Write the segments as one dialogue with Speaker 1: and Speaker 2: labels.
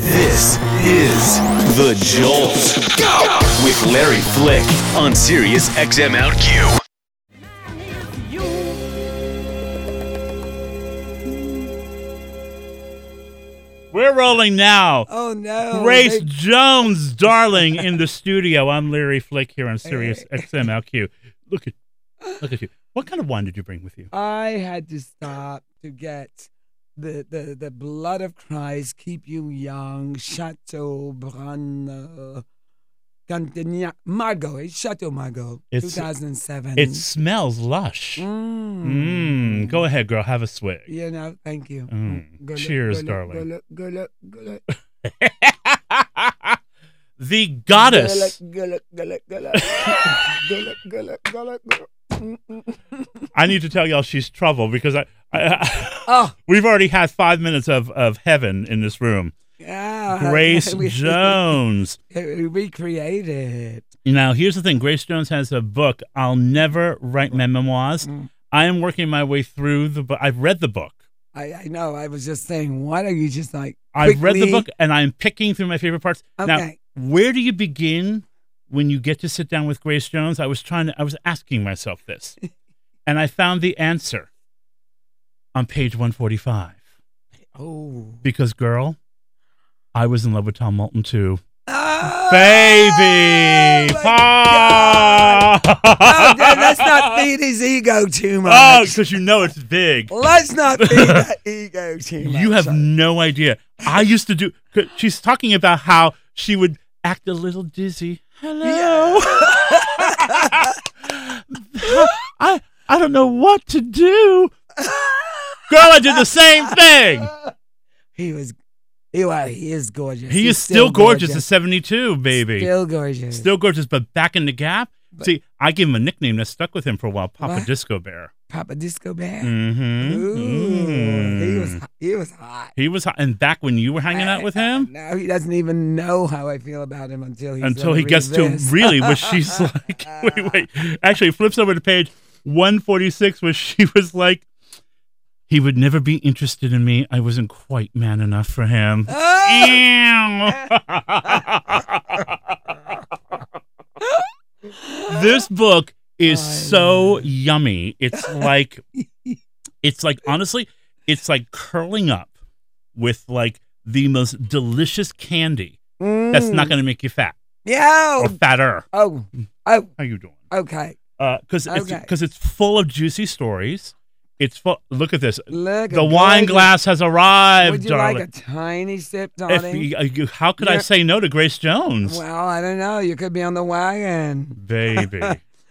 Speaker 1: This is The Jolt. Go! With Larry Flick on Sirius XM Out Q.
Speaker 2: We're rolling now.
Speaker 3: Oh no!
Speaker 2: Grace
Speaker 3: They-
Speaker 2: Jones, darling, in the studio. I'm Larry Flick here on Sirius XMLQ. Look at, look at you. What kind of wine did you bring with you?
Speaker 3: I had to stop to get the the, the blood of Christ, keep you young, Chateau Brun, Cantignac, Margot, it's Chateau Margot,
Speaker 2: It's-
Speaker 3: 2007.
Speaker 2: It smells lush.
Speaker 3: Mm.
Speaker 2: Mmm. Go ahead, girl. Have a swig.
Speaker 3: You know, thank you.
Speaker 2: Mm.
Speaker 3: Go look,
Speaker 2: Cheers,
Speaker 3: go look, Go
Speaker 2: darling.
Speaker 3: look, go look, go look.
Speaker 2: the goddess.
Speaker 3: Go look, go look, go look, go look, go look, go look, go look.
Speaker 2: I need to tell y'all she's trouble because I, I
Speaker 3: Oh,
Speaker 2: we've already had five minutes of, of heaven in this room.
Speaker 3: yeah.
Speaker 2: Grace
Speaker 3: Uh, We-
Speaker 2: Jones.
Speaker 3: We recreate it.
Speaker 2: Now, here's the thing Grace Jones has a book, I'll Never Write My Memoirs.
Speaker 3: Mm.
Speaker 2: I am working my way through the book. I've read the book.
Speaker 3: I, I know. I was just saying, why don't you just like?
Speaker 2: I've read the
Speaker 3: quickly-
Speaker 2: book and I'm picking through my favorite parts. Now,
Speaker 3: Okay.
Speaker 2: where do you begin when you get to sit down with Grace Jones? I was trying to, I was asking myself this, and I found the answer on page 145.
Speaker 3: Oh.
Speaker 2: Because, girl, I was in love with Tom Moulton too.
Speaker 3: Oh,
Speaker 2: Baby!
Speaker 3: my God.
Speaker 2: Pop!
Speaker 3: Oh, God, let's not feed his ego too
Speaker 2: Oh,
Speaker 3: much.
Speaker 2: because you know it's big.
Speaker 3: Let's not feed that ego too much.
Speaker 2: You have
Speaker 3: I-
Speaker 2: no idea. I used to do. 'cause She's talking about how she would act a little dizzy. Hello. I I don't know what to do. Girl, I did the same thing.
Speaker 3: he was. He, well, he is gorgeous.
Speaker 2: He
Speaker 3: He's
Speaker 2: is still gorgeous at 72, baby.
Speaker 3: Still gorgeous.
Speaker 2: Still gorgeous, but back in the gap.
Speaker 3: But-
Speaker 2: See, I gave him a nickname that stuck with him for a while Papa
Speaker 3: What?
Speaker 2: Disco Bear.
Speaker 3: Papa Disco Bear.
Speaker 2: Mm-hmm.
Speaker 3: Ooh, he was. He was hot.
Speaker 2: Mm. He was hot. And back when you were hanging out with him?
Speaker 3: Now he doesn't even know how I feel about him until he's
Speaker 2: until
Speaker 3: gonna
Speaker 2: he
Speaker 3: read
Speaker 2: gets
Speaker 3: this.
Speaker 2: to really where she's like, wait, wait. Actually, flips over to page 146 where she was like, he would never be interested in me. I wasn't quite man enough for him.
Speaker 3: Oh!
Speaker 2: Ew. this book is
Speaker 3: Oh, I
Speaker 2: so
Speaker 3: know.
Speaker 2: yummy. It's like, it's like, honestly, it's like curling up with like the most delicious candy that's not going to make you fat
Speaker 3: Yeah.
Speaker 2: or fatter.
Speaker 3: Mm. Oh. Oh.
Speaker 2: How you doing?
Speaker 3: Okay.
Speaker 2: Because Uh, it's
Speaker 3: Okay.
Speaker 2: because it's full of juicy stories. It's full. Look at this.
Speaker 3: Look.
Speaker 2: The
Speaker 3: a
Speaker 2: wine
Speaker 3: gorgeous-
Speaker 2: glass has arrived,
Speaker 3: Would you like
Speaker 2: darling.
Speaker 3: a tiny sip,
Speaker 2: If
Speaker 3: darling?
Speaker 2: you- uh, you- how could I
Speaker 3: You're-
Speaker 2: say no to Grace Jones,
Speaker 3: Well, I don't know. You could be on the wagon,
Speaker 2: baby?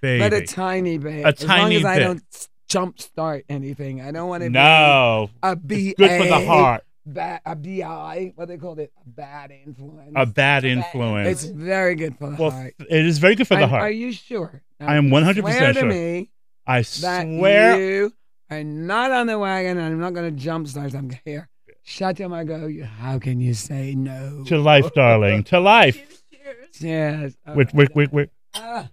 Speaker 2: Baby.
Speaker 3: but a tiny bit.
Speaker 2: A
Speaker 3: as long
Speaker 2: tiny
Speaker 3: as I
Speaker 2: bit.
Speaker 3: don't s- jump start anything. I don't want to
Speaker 2: no,
Speaker 3: be a B.
Speaker 2: good for the heart.
Speaker 3: Ba- a BI. What they called it? A bad influence.
Speaker 2: A bad
Speaker 3: It's
Speaker 2: influence.
Speaker 3: very good for the
Speaker 2: Well,
Speaker 3: heart.
Speaker 2: it is very good for the
Speaker 3: And Are
Speaker 2: heart.
Speaker 3: you sure? Now,
Speaker 2: I am 100%
Speaker 3: swear
Speaker 2: sure.
Speaker 3: to me
Speaker 2: I
Speaker 3: that
Speaker 2: swear.
Speaker 3: you are not on the wagon, and I'm not going to jump start. I'm here. Shut your mouth. go, you- How can you say no?
Speaker 2: To life, darling. To life.
Speaker 3: Yes. all
Speaker 2: Wait,
Speaker 3: right.
Speaker 2: wait, wait, wait.
Speaker 3: Ah,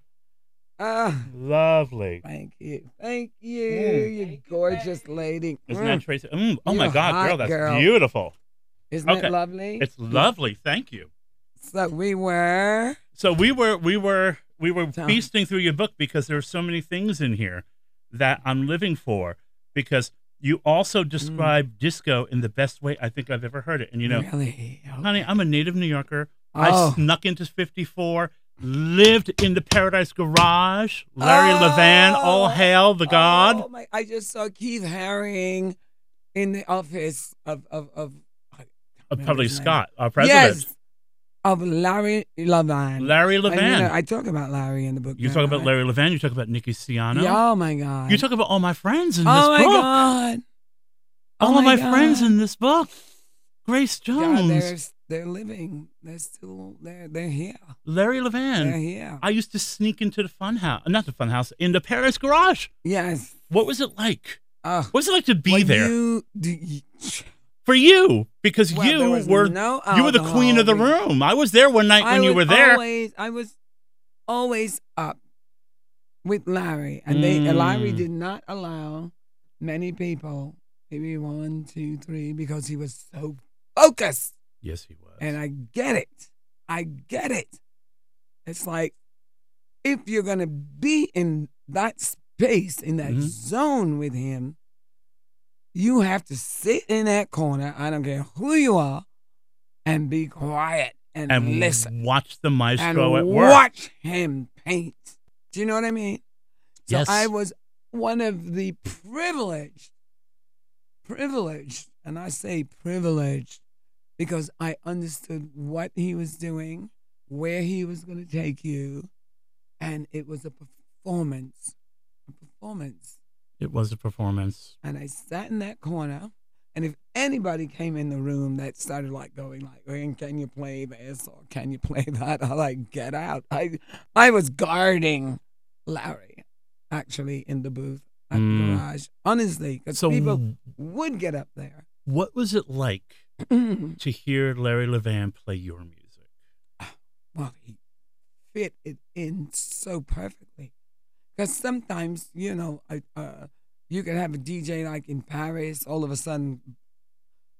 Speaker 3: ah,
Speaker 2: Lovely.
Speaker 3: thank you. Thank you,
Speaker 2: Mm.
Speaker 3: you gorgeous lady.
Speaker 2: Isn't
Speaker 3: Mm,
Speaker 2: that Tracy? Mm, oh my
Speaker 3: You're
Speaker 2: God,
Speaker 3: hot,
Speaker 2: girl, that's
Speaker 3: girl.
Speaker 2: beautiful.
Speaker 3: Isn't
Speaker 2: okay.
Speaker 3: it lovely?
Speaker 2: It's lovely. Thank you.
Speaker 3: so we were.
Speaker 2: So we were we were we were
Speaker 3: Tell 'em.
Speaker 2: feasting through your book because there are so many things in here that I'm living for because you
Speaker 3: Mm.
Speaker 2: also describe disco in the best way I think I've ever heard it. And you know,
Speaker 3: Really?
Speaker 2: honey, I'm a native New Yorker.
Speaker 3: Oh.
Speaker 2: I snuck into 54, lived in the Paradise Garage. Larry Levan, all
Speaker 3: Oh.
Speaker 2: hail the god.
Speaker 3: Oh my! I just saw Keith Haring in the office of of of.
Speaker 2: Uh,
Speaker 3: remember
Speaker 2: probably
Speaker 3: his name.
Speaker 2: Scott, our president.
Speaker 3: Yes. Of Larry Levan.
Speaker 2: Larry
Speaker 3: And,
Speaker 2: Levan.
Speaker 3: you know, I talk about Larry in the book.
Speaker 2: you
Speaker 3: now,
Speaker 2: talk about
Speaker 3: right?
Speaker 2: Larry Levan, you talk about Nikki Siano.
Speaker 3: Yeah, oh my God.
Speaker 2: You talk about all my friends in
Speaker 3: Oh
Speaker 2: this
Speaker 3: my
Speaker 2: book.
Speaker 3: God. Oh
Speaker 2: all of my
Speaker 3: my
Speaker 2: friends
Speaker 3: God.
Speaker 2: in this book. Grace
Speaker 3: God,
Speaker 2: Jones,
Speaker 3: they're they're living. They're still they're they're here.
Speaker 2: Larry Levan.
Speaker 3: They're here.
Speaker 2: I used to sneak into the fun house, not the fun house, in the Paris garage.
Speaker 3: Yes.
Speaker 2: What was it like?
Speaker 3: Oh.
Speaker 2: What was it like to be
Speaker 3: Well,
Speaker 2: there
Speaker 3: You, do you,
Speaker 2: for you? Because
Speaker 3: Well, there was
Speaker 2: you were
Speaker 3: no
Speaker 2: you were the queen of the
Speaker 3: alcohol.
Speaker 2: room. I was there one night
Speaker 3: I
Speaker 2: when you were
Speaker 3: was
Speaker 2: there.
Speaker 3: Always, I was always up with Larry, and they
Speaker 2: Mm.
Speaker 3: Larry did not allow many people. Maybe one, two, three, because he was so focused.
Speaker 2: Yes, he was.
Speaker 3: And I get it. I get it. It's like if you're going to be in that space, in that
Speaker 2: Mhm.
Speaker 3: zone with him, you have to sit in that corner. I don't care who you are and be quiet and,
Speaker 2: and
Speaker 3: listen
Speaker 2: watch the
Speaker 3: and
Speaker 2: maestro at work.
Speaker 3: watch him paint. Do you know what I mean? So
Speaker 2: Yes.
Speaker 3: I was one of the privileged, privileged, and I say privileged because I understood what he was doing, where he was going to take you, and it was a performance, a performance.
Speaker 2: It was a performance.
Speaker 3: And I sat in that corner, and if anybody came in the room that started like going like, "Hey, "Can you play this or can you play that?" I like get out. I I was guarding Larry, actually in the booth at
Speaker 2: Mm.
Speaker 3: the garage, honestly, because
Speaker 2: So,
Speaker 3: people would get up there.
Speaker 2: what was it like to hear Larry Levan play your music?
Speaker 3: well, he fit it in so perfectly. Because sometimes, you know, I, uh, you can have a DJ like in Paris, all of a sudden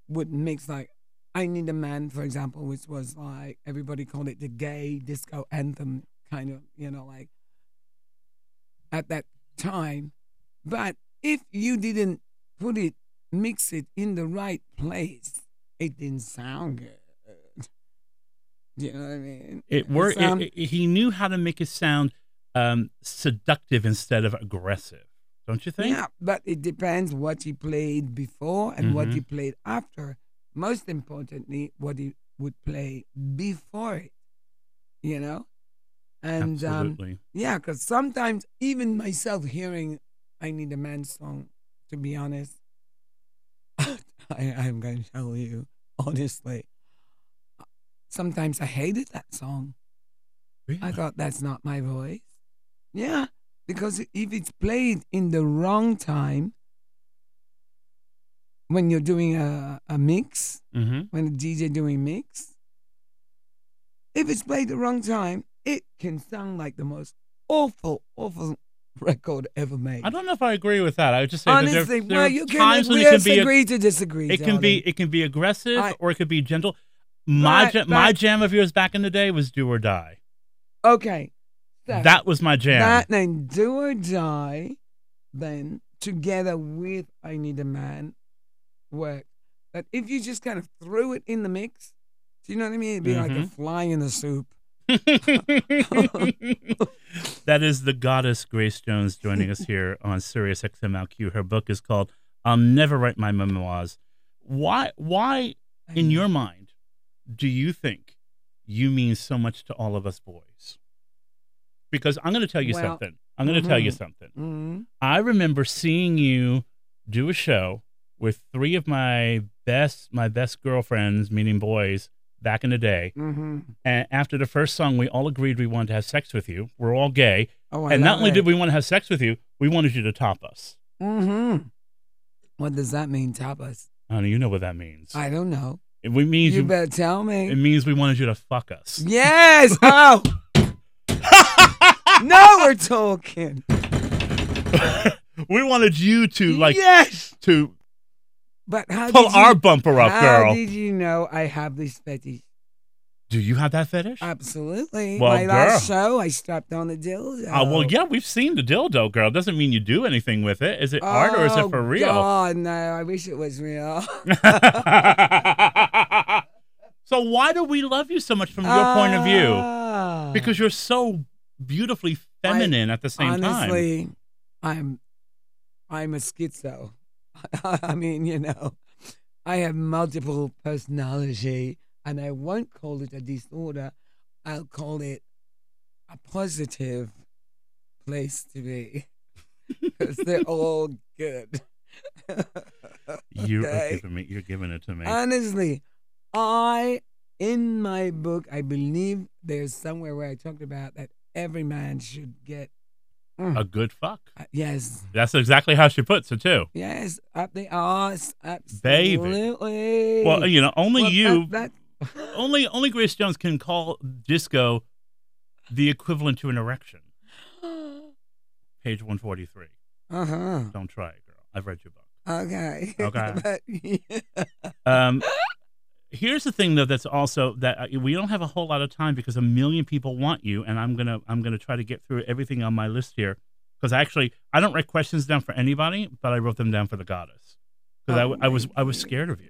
Speaker 3: would mix like I Need a Man, for example, which was like everybody called it the gay disco anthem, kind of, you know, like at that time. But if you didn't put it, mix it in the right place, it didn't sound good. Do you know what I mean?
Speaker 2: It worked.
Speaker 3: sound-
Speaker 2: he knew how to make it sound um, seductive instead of aggressive. Don't you think?
Speaker 3: Yeah, but it depends what he played before and what he played after. Most importantly, what he would play before it, you know? And um,
Speaker 2: Absolutely.
Speaker 3: yeah, because sometimes even myself hearing I Need a Man song, to be honest, I, I'm going to tell you, honestly, sometimes I hated that song. I
Speaker 2: Really?
Speaker 3: thought that's not my voice. Yeah, because if it's played in the wrong time, when you're doing a, a mix,
Speaker 2: Mhm.
Speaker 3: when a DJ doing mix, if it's played the wrong time, it can sound like the most awful, awful record ever made.
Speaker 2: I don't know if I agree with that. I would just say that
Speaker 3: Honestly,
Speaker 2: there, there
Speaker 3: well,
Speaker 2: are
Speaker 3: you can,
Speaker 2: times when
Speaker 3: we
Speaker 2: it can be
Speaker 3: agree to disagree.
Speaker 2: it can be
Speaker 3: darling.
Speaker 2: it can be aggressive
Speaker 3: I-
Speaker 2: or it could be gentle. My
Speaker 3: Right,
Speaker 2: jam, my
Speaker 3: right.
Speaker 2: jam of yours back in the day was do or die.
Speaker 3: okay. so-
Speaker 2: That was my jam.
Speaker 3: That then do or die, then together with I Need a Man work. But if you just kind of threw it in the mix, do you know what I mean? It'd be like a
Speaker 2: Mhm.
Speaker 3: fly in the soup.
Speaker 2: that is the goddess Grace Jones joining us here on Sirius XMLQ. Her book is called "I'll Never Write My Memoirs." Why? Why, in your mind, do you think you mean so much to all of us boys? Because I'm going to tell you
Speaker 3: Well,
Speaker 2: something. I'm going to tell you
Speaker 3: mhm.
Speaker 2: something.
Speaker 3: hmm
Speaker 2: I remember seeing you do a show with three of my best my best girlfriends, meaning boys, back in the day.
Speaker 3: hmm
Speaker 2: And after the first song, we all agreed we wanted to have sex with you. We're all gay.
Speaker 3: Oh,
Speaker 2: and not only did we want to have sex with you, we wanted you to top us.
Speaker 3: hmm What does that mean, tapas?
Speaker 2: Honey, you know what that means.
Speaker 3: I don't know.
Speaker 2: it we- means
Speaker 3: You,
Speaker 2: you,
Speaker 3: better tell
Speaker 2: it
Speaker 3: me.
Speaker 2: means we wanted you to fuck us.
Speaker 3: Yes. Oh. now we're talking.
Speaker 2: we wanted you to like
Speaker 3: yes.
Speaker 2: to
Speaker 3: But how
Speaker 2: pull
Speaker 3: did you,
Speaker 2: our bumper up,
Speaker 3: how
Speaker 2: girl.
Speaker 3: did you know I have this fetish?
Speaker 2: do you have that fetish? Uh,
Speaker 3: Absolutely.
Speaker 2: Well,
Speaker 3: My last show, I strapped on a dildo.
Speaker 2: Uh, well, yeah, we've seen the dildo girl. Doesn't mean you do anything with it. Is it art or is it
Speaker 3: Oh,
Speaker 2: for real?
Speaker 3: God, no. I wish it was real.
Speaker 2: so why do we love you so much from your point of view?
Speaker 3: Ah.
Speaker 2: Because you're so beautifully feminine at the same time.
Speaker 3: honestly, I'm, I'm a schizo. I mean, you know, I have multiple personality, and I won't call it a disorder. I'll call it a positive place to be because they're all good.
Speaker 2: You are
Speaker 3: okay.
Speaker 2: giving me. You're giving it to me.
Speaker 3: Honestly, I in my book, I believe there's somewhere where I talked about that every man should get. Mm,
Speaker 2: a good fuck.
Speaker 3: uh, yes,
Speaker 2: That's exactly how she puts it too.
Speaker 3: yes, up the arse,
Speaker 2: Baby.
Speaker 3: absolutely.
Speaker 2: Well, you know, only
Speaker 3: Well,
Speaker 2: you,
Speaker 3: that- that-
Speaker 2: only only Grace Jones can call disco the equivalent to an erection. Page one forty three.
Speaker 3: uh huh.
Speaker 2: Don't try it, girl. I've read your book.
Speaker 3: Okay.
Speaker 2: Okay.
Speaker 3: But-
Speaker 2: Um, Here's the thing, though, that's also that uh, we don't have a whole lot of time because a million people want you, and I'm gonna I'm gonna try to get through everything on my list here because actually I don't write questions down for anybody, but I wrote them down for the goddess because I w I I,
Speaker 3: Oh,
Speaker 2: was
Speaker 3: my
Speaker 2: I was scared of you.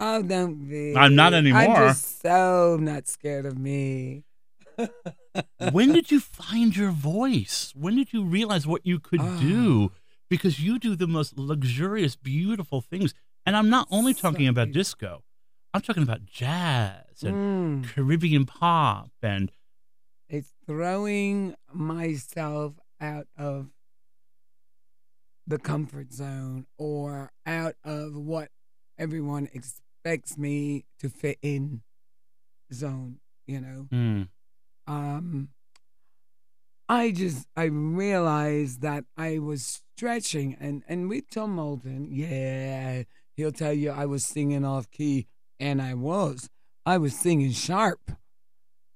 Speaker 3: Oh, don't be.
Speaker 2: I'm not
Speaker 3: I'm
Speaker 2: anymore.
Speaker 3: just so not scared of me.
Speaker 2: when did you find your voice? When did you realize what you could
Speaker 3: Ah.
Speaker 2: do? Because you do the most luxurious, beautiful things, and I'm not only
Speaker 3: So
Speaker 2: talking about
Speaker 3: beautiful.
Speaker 2: disco. I'm talking about jazz and
Speaker 3: Mm.
Speaker 2: Caribbean pop and
Speaker 3: It's throwing myself out of the comfort zone or out of what everyone expects me to fit in zone, you know.
Speaker 2: Mm,
Speaker 3: um, I just I realized that I was stretching, and and with Tom Moulton, yeah, he'll tell you I was singing off key, and I was. I was singing sharp.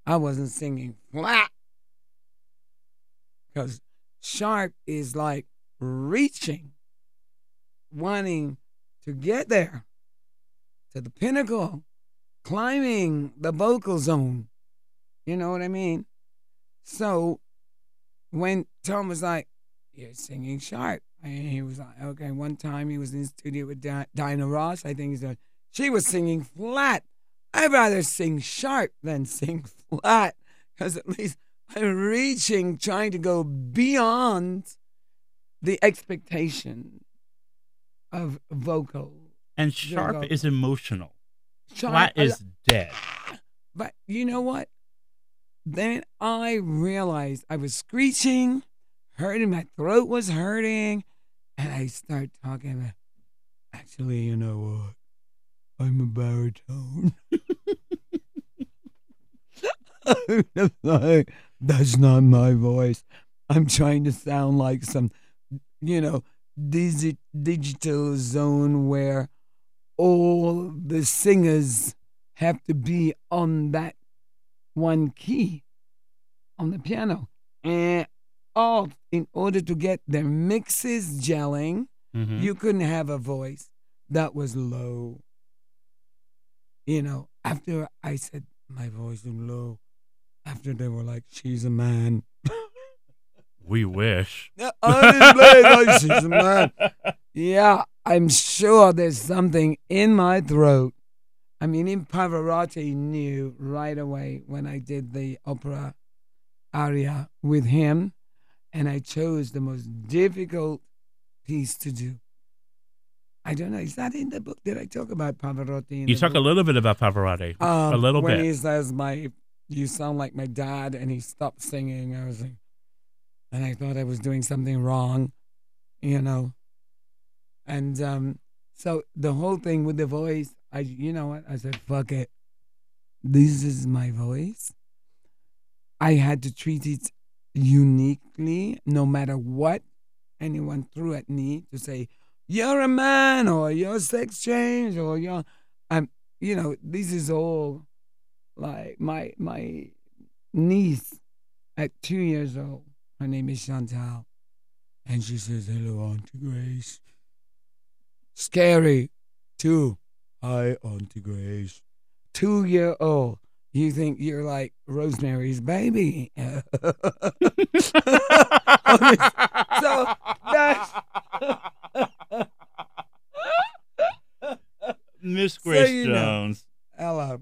Speaker 3: I wasn't singing flat. Because sharp is like reaching, wanting to get there, to the pinnacle, climbing the vocal zone. You know what I mean? So when Tom was like, You're singing sharp. And he was like, Okay, one time he was in the studio with Di- Diana Ross. I think he's like, She was singing flat. I'd rather sing sharp than sing flat because at least I'm reaching, trying to go beyond the expectation of vocal.
Speaker 2: and
Speaker 3: you
Speaker 2: sharp
Speaker 3: go.
Speaker 2: is emotional.
Speaker 3: Sharp,
Speaker 2: Flat
Speaker 3: I-
Speaker 2: is dead.
Speaker 3: But you know what? Then I realized I was screeching, hurting, my throat was hurting, and I start talking about, actually, you know what? I'm a baritone. Like, That's not my voice. I'm trying to sound like some, you know, digi- digital zone where all the singers have to be on that one key on the piano and all in order to get their mixes gelling
Speaker 2: Mhm.
Speaker 3: you couldn't have a voice that was low you know after i said my voice is low after they were like she's a man
Speaker 2: we wish.
Speaker 3: I didn't play it like she's a man yeah, I'm sure there's something in my throat. I mean, in Pavarotti knew right away when I did the opera aria with him, and I chose the most difficult piece to do. I don't know. Is that in the book? Did I talk about Pavarotti? In
Speaker 2: You
Speaker 3: the
Speaker 2: talk a
Speaker 3: book?
Speaker 2: little bit about Pavarotti.
Speaker 3: Um,
Speaker 2: a little
Speaker 3: when
Speaker 2: bit.
Speaker 3: he says my you sound like my dad and he stopped singing i was like and i thought i was doing something wrong you know and um so the whole thing with the voice i you know what i said fuck it this is my voice i had to treat it uniquely no matter what anyone threw at me to say you're a man or you're sex change or you're i'm you know this is all like my my niece at two years old. Her name is Chantal, and she says hello, Auntie Grace. Scary, too. Hi, Auntie Grace. Two year old. You think you're like Rosemary's baby? so that's
Speaker 2: Miss
Speaker 3: So
Speaker 2: Grace
Speaker 3: you know.
Speaker 2: Jones.
Speaker 3: Ella.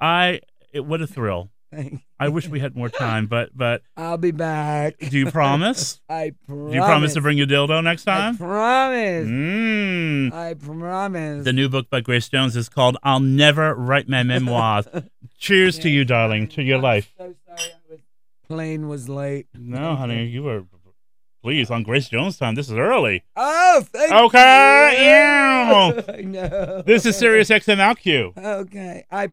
Speaker 2: I it, what a thrill.
Speaker 3: Thank you.
Speaker 2: I wish we had more time, but but
Speaker 3: I'll be back.
Speaker 2: do you promise?
Speaker 3: I promise.
Speaker 2: Do you promise to bring your dildo next
Speaker 3: I
Speaker 2: time?
Speaker 3: promise.
Speaker 2: Mmm.
Speaker 3: I promise.
Speaker 2: The new book by Grace Jones is called I'll Never Write My Memoirs. Cheers to you, darling, to your
Speaker 3: I'm
Speaker 2: life.
Speaker 3: So sorry, I was, plane was late.
Speaker 2: No, honey, you were please on Grace Jones time. This is early.
Speaker 3: Oh, thank
Speaker 2: Okay,
Speaker 3: you.
Speaker 2: yeah.
Speaker 3: I know.
Speaker 2: This is Sirius XM Q.
Speaker 3: Okay, I